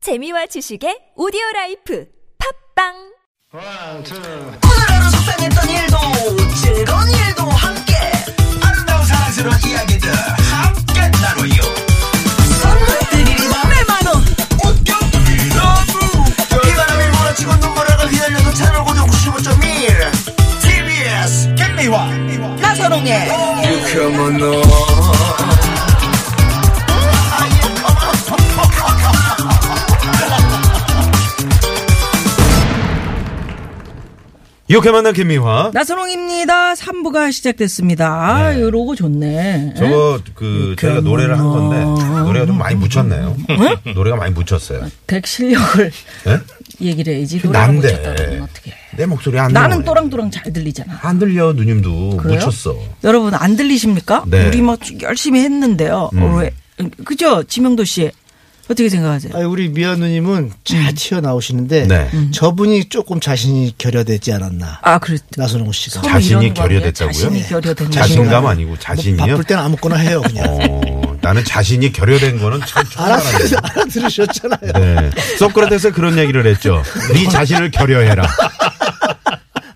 재미와 지식의 오디오 라이프 팝빵 One, two. 오늘 하루 속상했던 일도 즐거운 일도 함께 아름다운 사랑스러운 이야기들 함께 나눠요 선물들이 맘에 많어 웃겨드리 러브 비바람이 몰아치고 눈물을 휘날려도 채널 고정 95.1 TBS 겟미와 나선홍의 유쾌한 너 이렇게 만난 김미화. 네? 나선홍입니다. 3부가 시작됐습니다. 아, 요 로고 좋네. 네. 저거 그 저희가 노래를 한 건데 노래가 좀 많이 묻혔네요. 노래가 많이 묻혔어요. 백 실력을 예? 그 얘기를 해야지. 노래를 난데. 못쳤다면 어떻게 내 목소리 안 나는 나오네. 또랑또랑 잘 들리잖아. 안 들려 누님도 그래요? 묻혔어. 여러분 안 들리십니까? 네. 음. 우리 뭐 열심히 했는데요. 어, 왜? 그죠? 지명도 씨. 어떻게 생각하세요? 아니, 우리 미아 누님은 잘 튀어나오시는데 음. 네. 음. 저분이 조금 자신이 결여되지 않았나 아, 그렇다. 나선홍 씨가 서로 자신이 이러는 거 아니에요? 결여됐다고요? 자신이 결여된 자신감 자신감. 아니고 뭐 자신이요. 바쁠 땐 아무거나 해요 그냥 어, 나는 자신이 결여된 거는 참 처음 알았어요 알았어요. 알아들으셨잖아요 네. 소크라테스 그런 얘기를 했죠. 네 자신을 결여해라.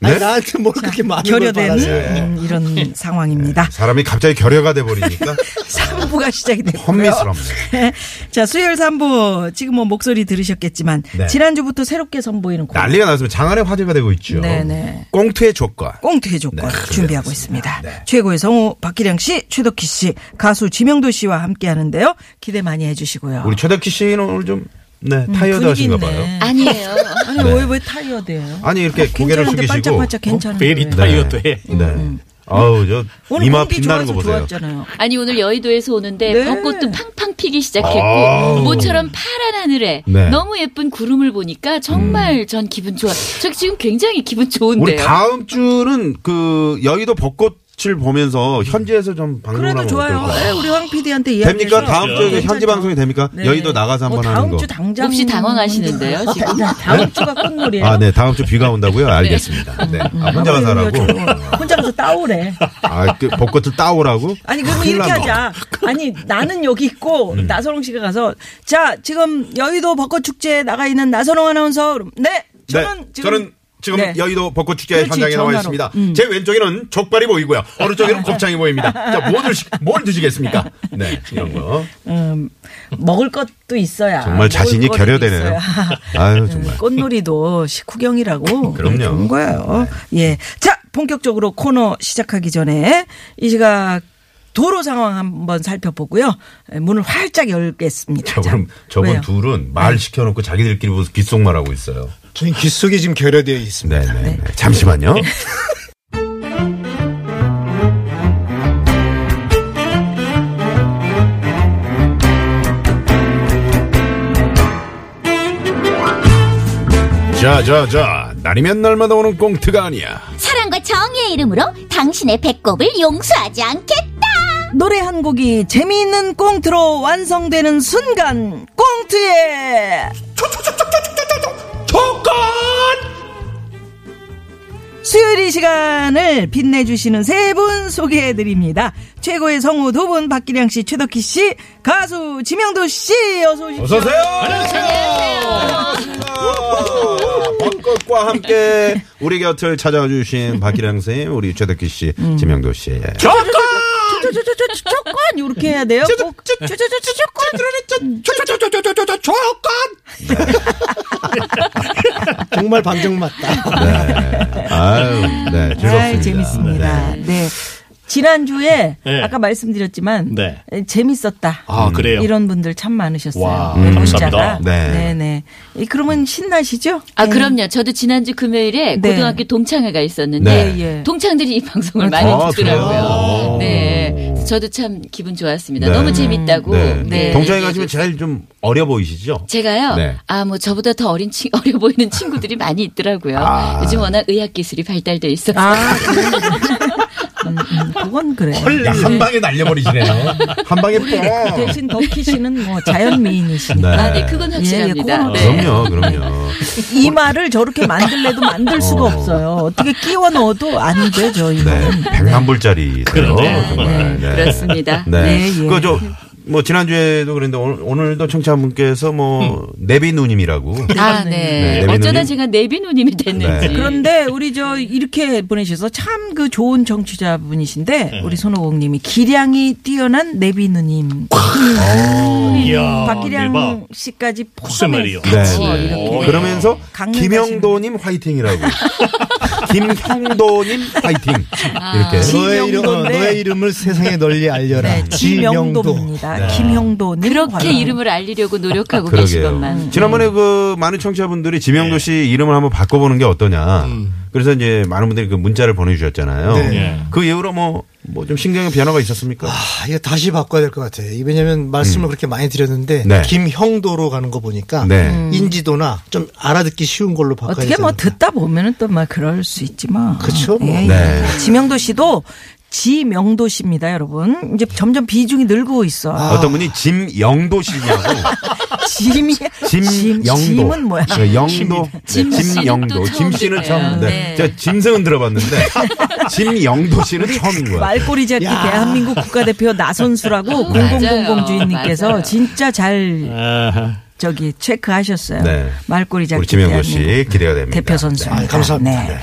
아니, 네? 나한테 뭘 그렇게 아, 많은 걸 결여된 바라세요 예. 음, 이런 상황입니다. 사람이 갑자기 결여가 돼 버리니까 3부가 시작이 됐고요. 혼미스럽네. 자, 수요일 3부. 지금 뭐 목소리 들으셨겠지만 네. 지난주부터 새롭게 선보이는 곡. 난리가 났으면 장안의 화제가 되고 있죠. 네네. 꽁트의 조과. 꽁트의 조건 네, 준비하고 준비하겠습니다. 있습니다. 네. 최고의 성우 박기량 씨, 최덕희 씨, 가수 지명도 씨와 함께 하는데요. 기대 많이 해주시고요. 우리 최덕희 씨는 오늘 좀 네, 타이어드 분위기 음, 음, 하신가 있네. 봐요. 네. 아니에요. 아니, 왜, 왜 타이어드예요? 아니 이렇게 고개를 괜찮은데 숙이시고 반짝반짝 괜찮은데. 베리 네. 타이어도 해. 네. 아우 저 오늘 이마 공기 빛나는 거 좋아서 보세요. 좋았잖아요. 아니 오늘 여의도에서 오는데 네. 벚꽃도 팡팡 피기 시작했고 아우. 모처럼 파란 하늘에 네. 음. 너무 예쁜 구름을 보니까 정말 전 기분 좋아. 저 지금 굉장히 기분 우리 좋은데요. 다음 주는 그 여의도 벚꽃을 보면서 현지에서 그래도 좀 방송하면 좋아요. 네, 어떨까요? 우리 황 PD한테 이야기. 됩니까? 다음 주에 괜찮죠? 현지 방송이 됩니까? 네. 여의도 나가서 뭐 한번 하는 다음 거. 주 당장. 아, 혹시 당황하시는데요, 지금? 다음 주가 끝놀이에요. 음. 아, 네. 다음 주 비가 온다고요? 알겠습니다. 네. 아, 혼자 가서라고. 혼자 가서 따오래. 아, 그 벚꽃을 따오라고? 아니 그러면 큰일 음. 이렇게 났네. 하자. 아니 나는 여기 있고 나선홍 씨가 가서 자 지금 여의도 벚꽃 축제에 나가 있는 나선홍 아나운서 그럼, 네 저는 네, 지금 저는 지금 네. 여의도 벚꽃 축제 그렇지, 현장에 나와 전화로. 있습니다. 음. 제 왼쪽에는 족발이 보이고요. 오른쪽에는 곱창이 보입니다. 자, 뭘, 드시, 뭘 드시겠습니까? 네, 이런 거. 음, 먹을 것도 있어야 아, 정말 자신이 먹을 거리도 결여되네요. 있어야. 음, 아유, 정말. 꽃놀이도 식후경이라고 네, 그럼요. 네. 좋은 거예요. 예, 자 본격적으로 코너 시작하기 전에 이 시각 도로 상황 한번 살펴보고요. 예, 문을 활짝 열겠습니다. 자, 저분, 저분 왜요? 둘은 말 시켜놓고 자기들끼리 무슨 귓속말하고 있어요. 저희 귓속이 지금 결여되어 있습니다 네, 네. 네. 잠시만요. 자, 자, 자. 날이면 날마다 오는 꽁트가 아니야. 사랑과 정의의 이름으로 당신의 배꼽을 용서하지 않겠다. 노래 한 곡이 재미있는 꽁트로 완성되는 순간 꽁트의 조건 수요일 이 시간을 빛내주시는 세 분 소개해드립니다. 최고의 성우 두 분 박기량 씨, 최덕희 씨, 가수 지명도 씨 어서 오십시오. 어서오세요! 안녕하세요! 벚꽃과 함께 우리 곁을 찾아와 주신 박기량 선생님, 우리 최덕기 씨, 지명도 씨. 예. 저저저저 조건 이렇게 해야 돼요. 저저저저 조건 정말 방정 맞다 네. 아유, 네, 즐겁습니다. 아, 재밌습니다. 네. 네. 지난주에 네. 아까 말씀드렸지만 네. 에, 재밌었다. 아, 그래요? 이런 분들 참 많으셨어요. 와, 음, 네, 감사합니다. 음. 문자가. 네. 네, 네. 이, 그러면 신나시죠? 아 네. 그럼요. 저도 지난주 금요일에 네. 고등학교 동창회가 있었는데 네, 예. 동창들이 이 방송을 아, 많이 아, 듣더라고요. 그래요? 네. 그래서 저도 참 기분 좋았습니다. 네. 너무 재밌다고. 네. 네. 동창회 가시면 제일 좀 어려 보이시죠? 제가요. 네. 아 뭐 저보다 더 어린 친 어려 보이는 친구들이 많이 있더라고요. 아. 요즘 워낙 의학 기술이 발달돼 있어서. 아, 음, 음, 그건 그래요. 야, 한 방에 날려버리시네요. 한 방에 뻥. 그 대신 덕희 씨는 뭐 자연 미인이시니까. 네. 아, 네, 그건 확실합니다. 그건 네. 그럼요, 그럼요. 이 말을 저렇게 만들래도 만들 수가 어. 없어요. 어떻게 끼워 넣어도 안 되죠, 이는 네, 백만 불짜리. 그러네. 그렇죠. 정말. 네. 그렇습니다. 네. 예, 예. 그저 뭐 지난주에도 그랬는데 오늘, 오늘도 청취자분께서 뭐 네비 누님이라고 아, 네, 네. 네비 어쩌다 누님. 제가 네비누님이 됐는지. 네. 그런데 우리 저 이렇게 보내셔서 참 그 좋은 정치자분이신데 네. 우리 손오공님이 기량이 뛰어난 내비누님 아, 음, 이야, 박기량 대박. 씨까지 무슨 말이요? 어, 포함해서 네. 그렇죠. 이렇게 그러면서 강릉 김영도님 화이팅이라고 김형도님 화이팅 이렇게 너의 이름, 어, 지명도인데. 너의 이름을 세상에 널리 알려라. 네, 지명도입니다. 네. 김형도님 그렇게 관람. 이름을 알리려고 노력하고 계신 그러게요. 음. 것만. 지난번에 그 많은 청취자분들이 지명도 씨 이름을 한번 바꿔보는 게 어떠냐. 그래서 이제 많은 분들이 그 문자를 보내주셨잖아요. 네. 그 이후로 뭐 뭐 좀 신경의 변화가 있었습니까? 아, 이거 다시 바꿔야 될 것 같아요. 이 왜냐면 말씀을 그렇게 많이 드렸는데 네. 김형도로 가는 거 보니까 네. 음. 인지도나 좀 알아듣기 쉬운 걸로 바꿔야 어떻게 뭐 되지 않을까. 듣다 보면은 또 막 그럴 수 있지만. 그쵸, 뭐. 예, 예. 네. 지명도 씨도 지명도 씨입니다, 여러분. 이제 점점 비중이 늘고 있어. 어떤 분이 짐영도 씨냐고. 짐이 짐, 짐영도. 짐은 뭐야? 네, 영도. 짐 네, 씨는 짐영도. 또 짐 씨는 처음 듣네요. 처음. 네. 네. 제가 짐승은 들어봤는데 짐영도 씨는 처음인 거야. 말꼬리 잡기 대한민국 국가대표 나선수라고 맞아요. 공공공공 주인님께서 맞아요. 진짜 잘 아하. 저기 체크하셨어요. 네. 말꼬리 잡기 우리 지명도 대한민국 씨 기대가 됩니다. 대표 선수. 아, 감사합니다. 네.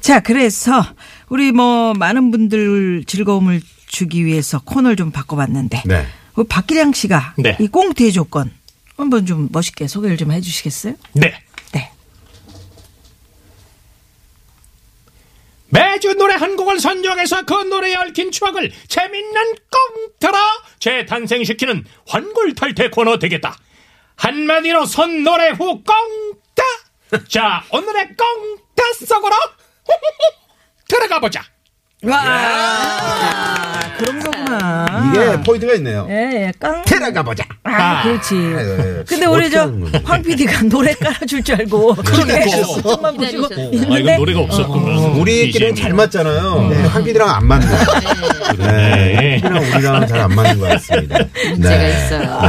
자, 그래서 우리 뭐 많은 분들 즐거움을 주기 위해서 코너를 좀 바꿔봤는데 네. 우리 박기량 씨가 네. 이 꽁트의 조건 한번 좀 멋있게 소개를 좀 해주시겠어요? 네. 네. 매주 노래 한 곡을 선정해서 그 노래에 얽힌 추억을 재밌는 꽁트로 재탄생시키는 환골탈태 코너 되겠다. 한마디로 선 노래 후 꽁트. 자, 오늘의 꽁트 속으로 들어가 보자. 와 아, 그런 거구나. 이게 포인트가 있네요. 예, 예, 깡. 테라가 보자. 아, 그렇지. 예. 근데 우리 어떻게 하는 건데? 저황 PD가 노래 깔아줄 줄 알고 그러니까 보시고 네. 기다리셨어요. 아, 이건 있는데 노래가 없었구나. 우리끼리는 잘 맞잖아요. 황 PD랑 네, 안 맞는 거 네. 네. 황 PD랑 우리랑은 잘 안 맞는 것 같습니다. 문제가 있어요.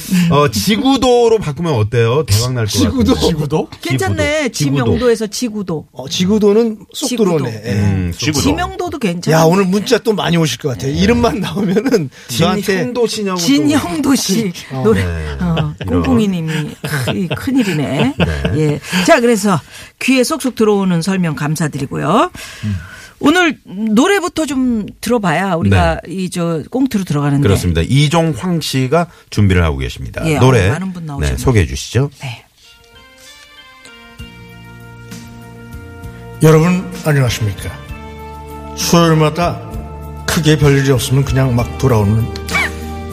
네. 어, 지구도로 바꾸면 어때요? 대박 날것 같아요. 지구도. 지구도? 괜찮네. 지구도. 지명도에서 지구도. 어, 지구도는 쏙 지구도. 들어오네. 예. 음, 지구도. 뭐 지명도도 괜찮아. 야, 오늘 문자 또 많이 오실 것 네. 같아요. 이름만 나오면은 저한테 진형도 신형. 진형도 씨 노래 어, 네. 이런. 공공이님이 이 큰일이네. 예. 자 그래서 귀에 쏙쏙 들어오는 설명 감사드리고요. 음. 오늘 노래부터 좀 들어봐야 우리가 이 저 꽁트로 들어가는데. 네. 그렇습니다. 이종황 씨가 준비를 하고 계십니다. 예, 노래 어, 많은 분 나오셨네요. 네, 소개해 주시죠. 네. 여러분 안녕하십니까? 수요일마다 크게 별일이 없으면 그냥 막 돌아오는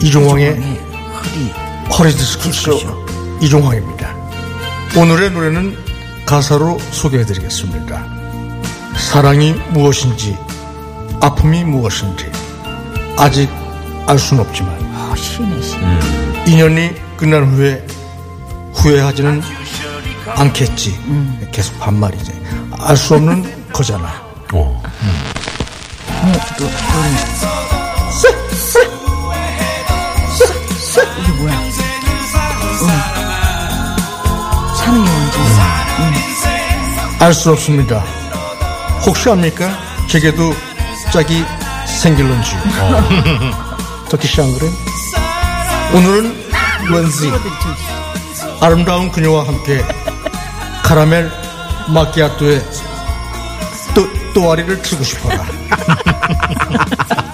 이종황의 네. 허리. 허리디스크쇼 이종황입니다. 오늘의 노래는 가사로 소개해드리겠습니다. 사랑이 무엇인지, 아픔이 무엇인지, 아직 알 순 없지만, 음. 어, 시네 시. 인연이 끝난 후에 후회하지는 않겠지. 계속 반말이지. 알 수 없는 거잖아. 어. 이게 뭐야? 응. 사는 게 뭔지. 알 수 없습니다. 혹시 압니까? 제게도 짝이 생길런지. 터키 씨안 그래? 오늘은 런지 아름다운 그녀와 함께 카라멜 마키아토의 또, 또아리를 틀고 싶어라.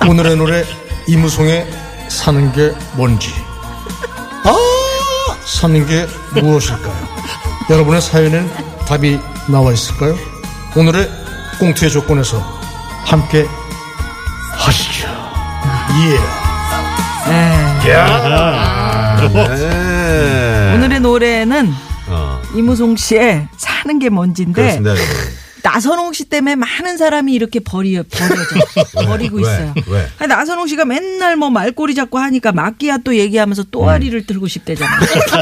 오늘의 노래 이무송의 사는 게 뭔지. 아! 사는 게 무엇일까요? 여러분의 사연엔 답이 나와 있을까요? 오늘의 꽁트의 조건에서 함께 하시죠. 아. 예. 어. 네. 오늘의 노래는 어, 이무송 씨의 사는 게 뭔지인데 그렇습니다. 여러분. 나선홍 씨 때문에 많은 사람이 이렇게 버려 버려져 버리고 왜? 있어요. 왜? 아니, 나선홍 씨가 맨날 뭐 말꼬리 잡고 하니까 마끼아또 얘기하면서 또아리를 들고 싶대잖아.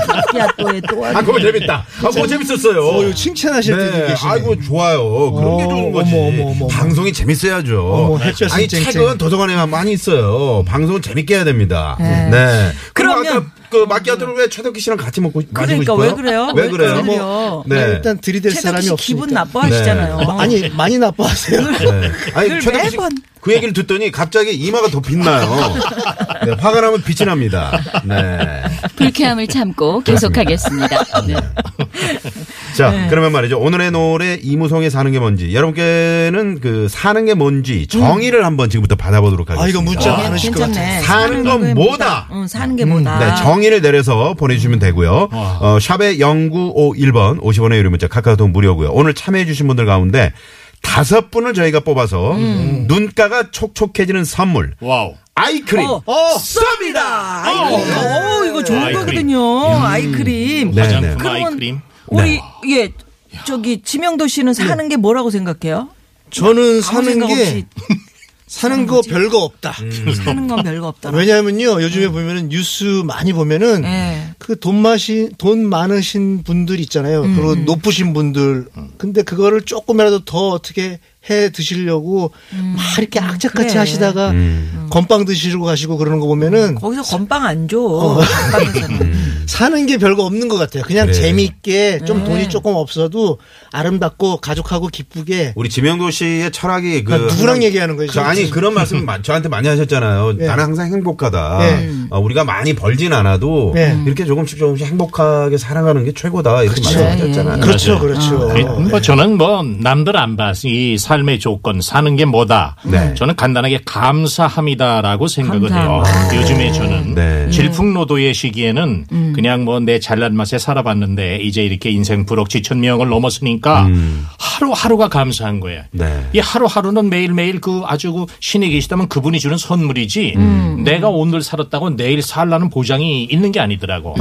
마끼아또의 또아리. 아, 그거 재밌다. 아, 그거 재밌었어요. 어, 칭찬하실 분이 네, 계시네. 아이고 좋아요. 그런 게 어, 좋은 거지. 어머, 어머, 어머. 방송이 재밌어야죠. 어머, 햇볕은 아니 쨍쨍. 책은 도서관에만 많이 있어요. 방송은 재밌게 해야 됩니다. 네. 그리고 그러면 아까 그 마키아토를 왜 최덕기 씨랑 같이 먹고 싶- 마시고 그러니까 싶어요? 왜 그래요? 왜 그래요? 그러세요? 네. 아, 일단 들이댈 최덕기 사람이 씨 없으니까. 기분 나빠하시잖아요. 네. 마- 아니 많이 나빠하세요. 네. 늘 아니 최덕기 씨 매번. 그 얘기를 듣더니 갑자기 이마가 더 빛나요. 네, 화가 나면 빛이 납니다. 네. 불쾌함을 참고 계속하겠습니다. 네. 자, 그러면 말이죠. 오늘의 노래 이무성의 사는 게 뭔지 여러분께는 그 사는 게 뭔지 정의를 한번 지금부터 받아보도록 하겠습니다. 아 이거 문자 많으실 것 같아. 어, 괜찮네. 사는 건 게 뭐다? 응, 어, 사는 게 음, 뭐다. 네, 정의를 내려서 보내주시면 되고요. 어, 샵의 0951번 50원의 유료 문자 카카오톡 무료고요. 오늘 참여해주신 분들 가운데 다섯 분을 저희가 뽑아서 음. 눈가가 촉촉해지는 선물 와우. 아이크림 어, 어, 쏩니다. 아이크림. 어. 어, 이거 좋은 아이크림. 거거든요. 아이크림. 네, 화장품 그러면 아이크림. 우리 예 저기 지명도 씨는 사는 게 뭐라고 생각해요? 저는 아무 사는 생각 없이 게 사는 거 별거 없다. 사는 건 별거 없다. 왜냐하면요 네. 요즘에 보면은 뉴스 많이 보면은 예. 그 돈 마신 돈 많으신 분들 있잖아요. 음. 그리고 높으신 분들. 근데 그거를 조금이라도 더 어떻게 해 드시려고 막 이렇게 악착같이 음. 그래. 음. 하시다가 건빵 드시고 가시고 그러는 거 보면은 거기서 건빵 안 줘. 건빵에서는. 음, 사는 게 별거 없는 것 같아요. 그냥 그래. 재미있게 네. 좀 돈이 조금 없어도 아름답고 가족하고 기쁘게 우리 지명도 씨의 철학이 그 아, 누구랑 얘기하는 거예요, 저- 지금? 음. 아니 그런 말씀 마- 저한테 많이 하셨잖아요. 예. 나는 항상 행복하다. 예. 어, 우리가 많이 벌진 않아도 예. 이렇게 조금씩 조금씩 행복하게 살아가는 게 최고다. 이렇게 그쵸. 음. 말씀하셨잖아요. 네. 그렇죠, 맞아요. 그렇죠. 어, 아니, 예. 뭐 저는 뭐 남들 안 봐서 이 삶의 조건 사는 게 뭐다. 네. 저는 간단하게 감사함이다라고 생각을 해요. 요즘에 저는 네. 질풍노도의 시기에는 그냥 뭐 내 잘난 맛에 살아봤는데 이제 이렇게 인생 부록 지천명을 넘었으니까 음. 하루하루가 감사한 거예요. 네. 이 하루하루는 매일매일 그 아주 그 신이 계시다면 그분이 주는 선물이지 내가 오늘 살았다고 내일 살라는 보장이 있는 게 아니더라고.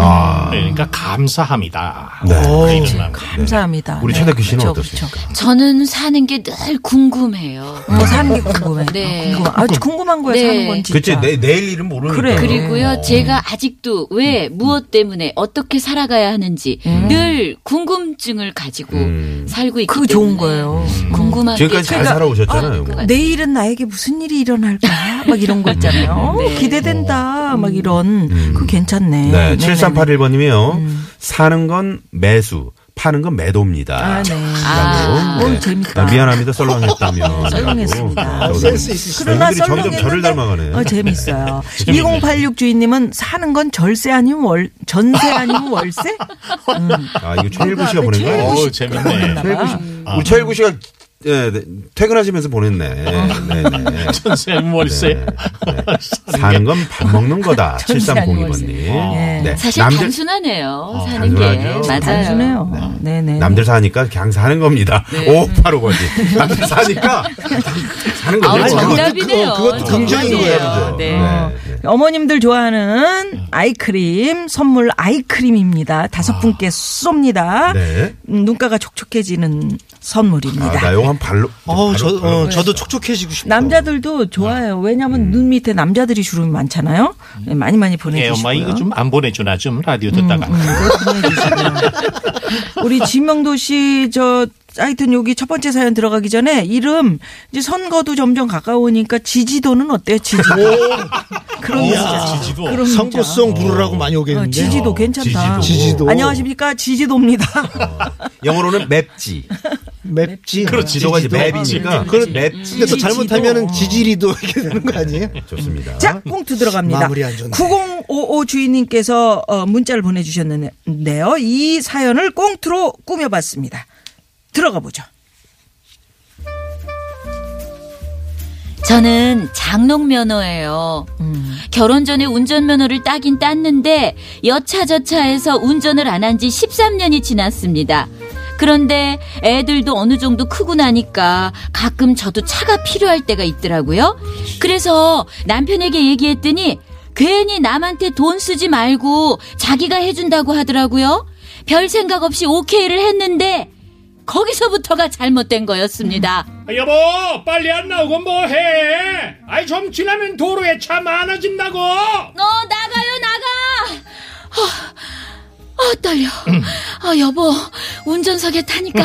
네, 그러니까 감사합니다. 네. 그 이런 마음. 감사합니다. 우리 네. 최덕기 씨는 그쵸, 어떻습니까? 그쵸. 저는 사는 게 늘 궁금해요. 뭐 사는 게 궁금해. 네. 궁금. 아, 궁금한 거예요. 네. 사는 건 진짜. 그치 내, 내일 일은 모르니까. 그래. 네. 그리고요, 제가 아직도 왜, 무엇 때문에, 어떻게 살아가야 하는지 늘 궁금증을 가지고 살고 있기 네. 그거 때문에. 좋은 거예요. 그 궁금한 음. 지금까지 잘 게 네. 살아오셨잖아요. 뭐. 내일은 나에게 무슨 일이 일어날까? 막 이런 거 있잖아요. 어, 네. 기대된다. 막 이런. 그거 음, 괜찮네. 음. 네, 네네네. 7381번님이요. 사는 건 매수, 파는 건 매도입니다. 아, 네. 아, 오늘 재밌다. 아, 미안합니다. 썰렁했다며. 썰렁했습니다. 아, 라고. 센스 있으시다. 그러나 이분들이 점점 썰렁했는데 저를 닮아가네. 어, 재밌어요. 2086 주인님은 사는 건 절세 아니면 월, 전세 아니면 월세? 아, 이거 최일구 씨가 보낸 거야? 어우, 재밌네. 최일구 씨. 어, 아. 우리 최일구 씨가 예, 네, 퇴근하시면서 보냈네. 네, 네. 선생님 월세. 사는 건 밥 먹는 거다. 천지 아닌 7302번님. 예. 네. 사실 남들, 단순하네요. 어, 사는 단순하죠. 게. 맞아요. 단순해요. 네네. 남들 사니까 그냥 사는 겁니다. 오, 바로 거지. 남들 사니까 사는 아, 거죠. 그것도 정답이네요. 그거- 그것도 긍정인 정답이에요. 거예요, 그죠? 네. 네. 어, 어머님들 음. 좋아하는 아이크림 선물 아이크림입니다. 다섯 분께 쏩니다. 네. 음, 눈가가 촉촉해지는 아, 선물입니다. 나 이거 한 발로. 어, 발로- 저, 발로- 어, 저도 촉촉해지고 싶다. 어. 남자들도 좋아요. 왜냐하면 눈 밑에 남자들이 주름이 많잖아요. 네, 많이 많이 음. 예, 엄마 보내주시고요. 음, 이거 좀 안 보내주나 좀 라디오 듣다가. 우리 지명도 씨, 저, 하여튼 여기 첫 번째 사연 들어가기 전에 이름, 이제 선거도 점점 가까우니까 지지도는 어때요, 지지도? 그런 문자. 지지도. 그런 문자. 선거송 부르라고 많이 어, 오겠는데. 지지도 괜찮다. 지지도. 지지도. 안녕하십니까, 지지도입니다. 영어로는 맵지. 맵지. 그렇지. 지도가 이제 지지도. 맵이니까. 그 그런 맵지. 근데 또 지지도. 잘못하면은 지지리도 이렇게 되는 거 아니에요? 음. 좋습니다. 자, 꽁투 들어갑니다. 마무리 안 좋네. 9055 주인님께서 어, 문자를 보내주셨는데요. 이 사연을 꽁투로 꾸며봤습니다. 들어가 보죠. 저는 장롱 면허예요. 결혼 전에 운전면허를 따긴 땄는데 여차저차해서 운전을 안 한 지 13년이 지났습니다. 그런데 애들도 어느 정도 크고 나니까 가끔 저도 차가 필요할 때가 있더라고요. 그래서 남편에게 얘기했더니 괜히 남한테 돈 쓰지 말고 자기가 해준다고 하더라고요. 별 생각 없이 오케이를 했는데 거기서부터가 잘못된 거였습니다. 음. 여보, 빨리 안 나오고 뭐 해? 아이, 좀 지나면 도로에 차 많아진다고! 어 어, 나가요 나가 아, 아, 떨려 아 여보 운전석에 타니까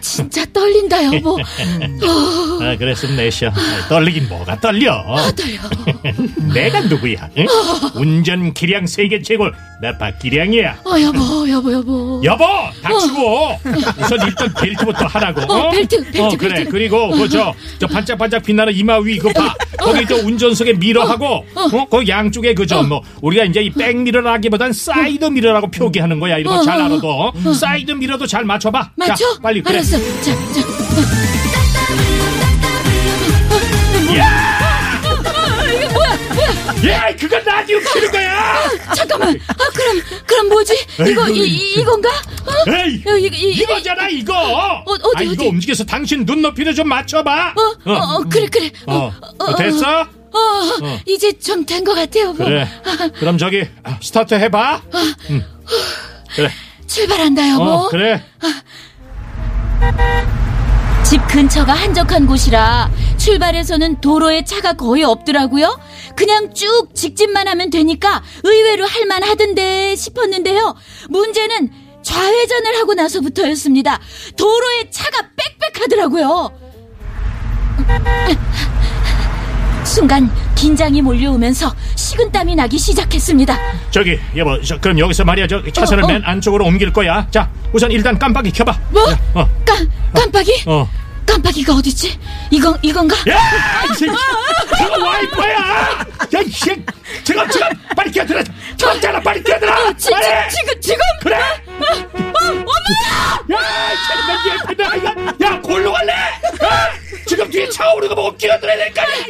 진짜 떨린다 여보. 어, 아, 그랬으면 내셔. 아, 떨리긴 뭐가 떨려. 떨려. 내가 누구야? 응? 운전 기량 세계 최고 나 박기량이야. 어 여보 여보 여보. 여보, 닥치고 우선 일단 벨트부터 하라고. 어, 벨트, 벨트, 어, 그래. 벨트. 그리고 그저저 반짝반짝 빛나는 이마 위 그거 봐. 어. 거기 저 운전석에 미러하고 어, 그 양쪽에 그저 뭐 우리가 이제 이 백 미러라기보단 사이드 미러라고 표기하는 거야. 이런 거 잘 어, 어, 알아도 사이드 미러도 잘 맞춰봐. 맞춰? 자, 빨리 그래. 알았어. 자, 자. 예, 그건 라디오 키는 거야. 잠깐만. 아 그럼 그럼 뭐지? 이거 이, 이 이건가? 어? 에이, 야, 이거, 이- 이거잖아 이거. 어디, 아 이거 어디? 움직여서 당신 눈높이를 좀 맞춰봐. 어, 어, 어, 그래 그래. 어, 어, 됐어? 어, 어, 이제 좀 된 것 같아 여보. 어, 그래. 음. 그럼 저기 아, 스타트 해봐. 응. 그래. 출발한다 여보. 어, 그래. 집 근처가 한적한 곳이라 출발해서는 도로에 차가 거의 없더라고요. 그냥 쭉 직진만 하면 되니까 의외로 할만하던데 싶었는데요. 문제는 좌회전을 하고 나서부터였습니다. 도로에 차가 빽빽하더라고요. 순간 긴장이 몰려오면서 식은땀이 나기 시작했습니다. 저기 여보, 저, 그럼 여기서 말이야 저 차선을 어, 어. 맨 안쪽으로 옮길 거야. 자, 우선 일단 깜빡이 켜봐. 뭐? 어, 깜, 깜빡이? 어. 깜빡이가 어딨지? 이건, 이건가? 야, 이 새끼, 그거 와이퍼야. 야, 이 새끼, 지금 지금 빨리 뛰어들어. 천자라 빨리 뛰어들어. 어, 지, 빨리. 지, 지금, 지금! 그래. 어, 어, 엄마! 야, 차는 맨 뒤에 있다. 야, 야, 골로 갈래? 야, 지금 뒤에 차 오르고 뭐 뛰어들어야 될거 아니야? 야,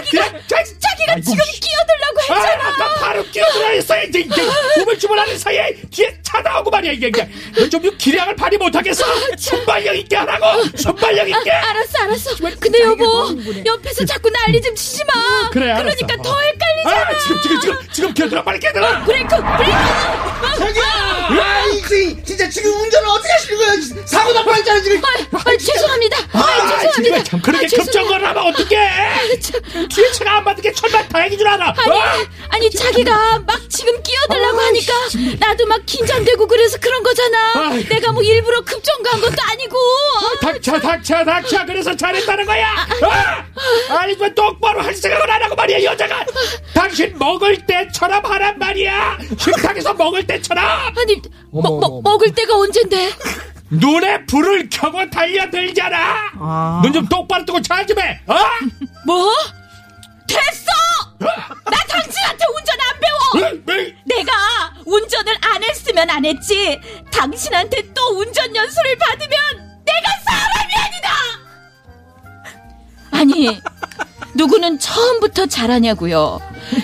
자기가 그냥, 자, 자기가 아이고, 지금 씨. 끼어들라고 아, 했잖아. 아까 바로 뛰어들어야 했어 이제 이제 우물쭈물하는 사이에 뒤에 차 나오고 말이야 이게 이게 너좀 기량을 발휘 못하겠어 순발력 있게 하라고 순발력 있게 아, 알았어, 알았어. 근데 여보, 옆에서 자꾸 난리 좀 치지 마. 그래, 알았어. 그러니까 어. 더 헷갈리잖아. 아 지금 지금 지금 지금 뛰어들어 빨리 뛰어들어 어? 브레이크, 브레이크. 아, 이 진짜 지금 운전을 어떻게 하시는 거야? 사고 날 뻔했잖아 지금. 아, 아, 죄송합니다. 아, 죄송합니다. 정말 참 그렇게 아, 죄송해요. 아, 급정거를 하면 어떡해 뒤에 차가 안 맞는 게 천만 다행인 줄 알아 아니, 어? 아니 자기가 막 지금 끼어들라고 하니까 나도 막 긴장되고 그래서 그런 거잖아. 아이고. 내가 뭐 일부러 급정거한 것도 아니고. 닥쳐 닥쳐 닥쳐 그래서 잘했다는 거야 어? 아니 왜 똑바로 할 생각을 안 하고 말이야 여자가 당신 먹을 때처럼 하란 말이야 식탁에서 먹을 때처럼 아니, 먹, 먹, 먹을 때가 언젠데? 눈에 불을 켜고 달려들잖아 아. 눈 좀 똑바로 뜨고 잘 좀해 어? 뭐? 됐어! 아! 나 당신한테 운전 안 배워! 으, 으, 내가 운전을 안 했으면 안 했지. 당신한테 또 운전 연수를 받으면 내가 사람이 아니다! 아니, 누구는 처음부터 잘하냐고요.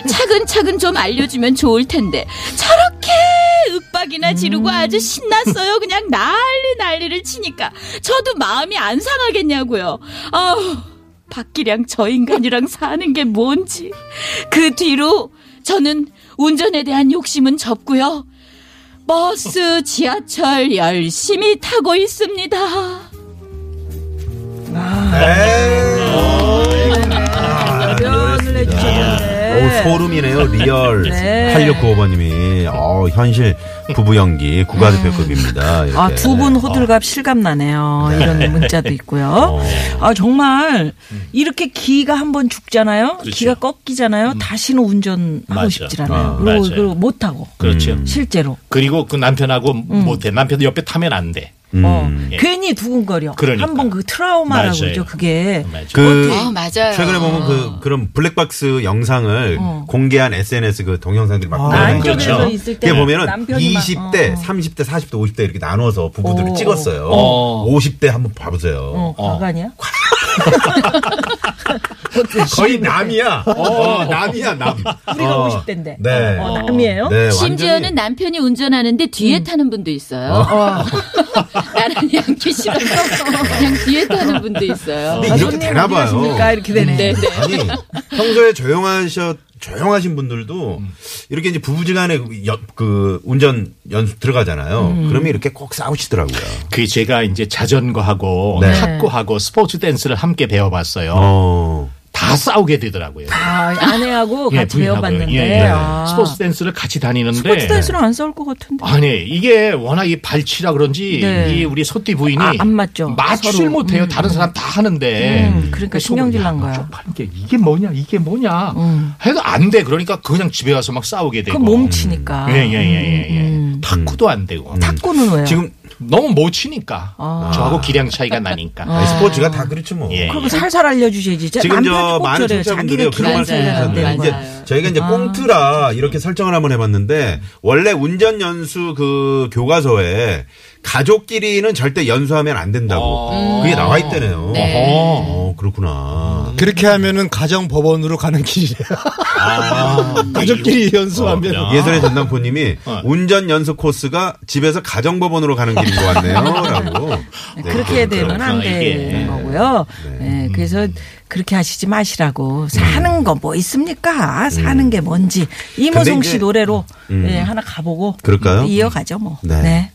차근차근 좀 알려주면 좋을 텐데. 저렇게 윽박이나 지르고 아주 신났어요. 그냥 난리 난리를 치니까. 저도 마음이 안 상하겠냐고요. 아우, 박기량 저 인간이랑 사는 게 뭔지. 그 뒤로 저는 운전에 대한 욕심은 접고요. 버스, 지하철 열심히 타고 있습니다. 아, 답변을 어우, 해주셨는데. 소름이네요, 리얼. 네. 8695번님이, 어, 현실 부부 연기 국가대표급입니다. 이렇게. 아, 두 분 호들갑 실감나네요. 이런 문자도 어. 있고요. 아, 정말, 이렇게 기가 한 번 죽잖아요. 기가 꺾이잖아요. 다시는 운전하고 그렇죠. 음. 맞아. 싶지 않아요. 어, 그리고, 맞아요. 그리고 못하고. 그렇죠 실제로. 그리고 그 남편하고 못해 남편도 옆에 타면 안돼 어, 예. 괜히 두근거려. 그러니까. 한 번 그 트라우마라고 맞아요. 그죠. 그게. 그, 뭐 맞아요. 최근에 보면 그, 그런 블랙박스 영상을 공개한 SNS 그 동영상들이 막 어. 아, 나오는 안쪽에서 거죠. 있을 때 그게 보면은 남편이 막, 20대, 30대, 40대, 50대 이렇게 나눠서 부부들을 어. 찍었어요. 어. 50대 한번 봐보세요. 어, 과관이야? 거의 남이야. 어, 남이야, 남. 그 우리가 어. 50대인데. 네. 어, 남이에요? 네, 심지어는 완전히. 남편이 운전하는데 뒤에 타는 분도 있어요. 나는 양키 싫어서 그냥 뒤에 타는 분도 있어요. 근데 이렇게 아, 손님 되나 어디 봐요. 가십니까? 이렇게 되네. 네, 네. 아니 평소에 조용하셔 조용하신 분들도 이렇게 이제 부부지간에 그 여- 그 운전 연습 들어가잖아요. 음. 그러면 이렇게 꼭 싸우시더라고요. 그 제가 이제 자전거하고 네. 탁구하고 스포츠 댄스를 함께 배워봤어요. 어. 다 싸우게 되더라고요. 아, 아내하고 예, 같이 부인하고요. 배워봤는데. 예, 예. 아. 스포츠 댄스를 같이 네. 다니는데 스포츠 댄스는 안 싸울 것 같은데. 아니 이게 워낙 이 발치라 그런지 네. 이 우리 소띠 부인이 아, 안 맞죠. 맞추질 서로. 못해요. 다른 사람 다 하는데 음, 그러니까 신경질 난 거야. 게 이게 뭐냐 이게 뭐냐 해도 안 돼. 그러니까 그냥 집에 와서 막 싸우게 되고. 음. 그 음. 몸치니까. 음. 예예예예. 탁구도 안 되고. 음. 탁구는 왜요? 지금 너무 못 치니까 아. 저하고 기량 차이가 나니까. 아니, 스포츠가 다 그렇죠 뭐. 예. 그리고 살살 알려주셔야지. 자, 지금 남편이 저 꼭 많은 저래요. 아. 청자분들이 자기네 그런 기분 말씀 말씀을 살려야 하셨는데 하셨는데 되는데. 이제 저희가 이제 꽁트라 이렇게 설정을 한번 해봤는데 원래 운전 연수 그 교과서에 가족끼리는 절대 연수하면 안 된다고 그게 나와 있다네요. 어 그렇구나. 그렇게 하면은 가정 법원으로 가는 길이에요. 가족끼리 연수하면 아. 그럼요. 아. 예전에 전남포님이 운전 연수 코스가 집에서 가정법원으로 가는 길인 것 같네요라고. 네, 그렇게 그렇죠. 되면 안 이게. 되는 거고요. 음. 네, 그래서 그렇게 하시지 마시라고. 네. 사는 거 뭐 있습니까? 사는 게 뭔지. 이모송 음. 근데 씨 이제- 음. 노래로 예, 하나 가보고 그럴까요? 이어가죠 뭐. 네. 네.